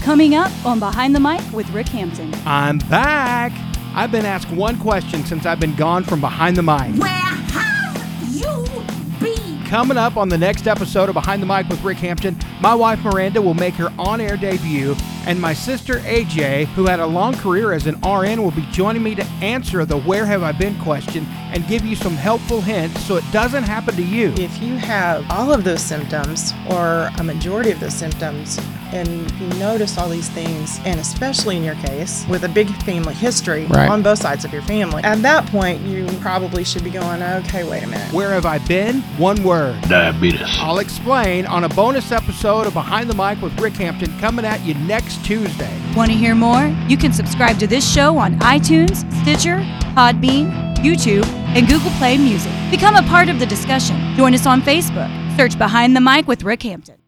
Coming up on Behind the Mic with Rick Hampton. I'm back. I've been asked one question since I've been gone from behind the mic. Where have you been? Coming up on the next episode of Behind the Mic with Rick Hampton, my wife Miranda will make her on air debut, and my sister AJ, who had a long career as an RN, will be joining me to answer the Where Have I Been question and give you some helpful hints so it doesn't happen to you. If you have all of those symptoms or a majority of those symptoms, and you notice all these things, and especially in your case with a big family history Right. on both sides of your family, at that point you probably should be going, okay, wait a minute. Where have I been? One word. diabetes. I'll explain on a bonus episode of Behind the Mic with Rick Hampton coming at you next Tuesday. Want to hear more? You can subscribe to this show on iTunes, Stitcher, Podbean, YouTube, and Google Play Music. Become a part of the discussion. Join us on Facebook. Search Behind the Mic with Rick Hampton.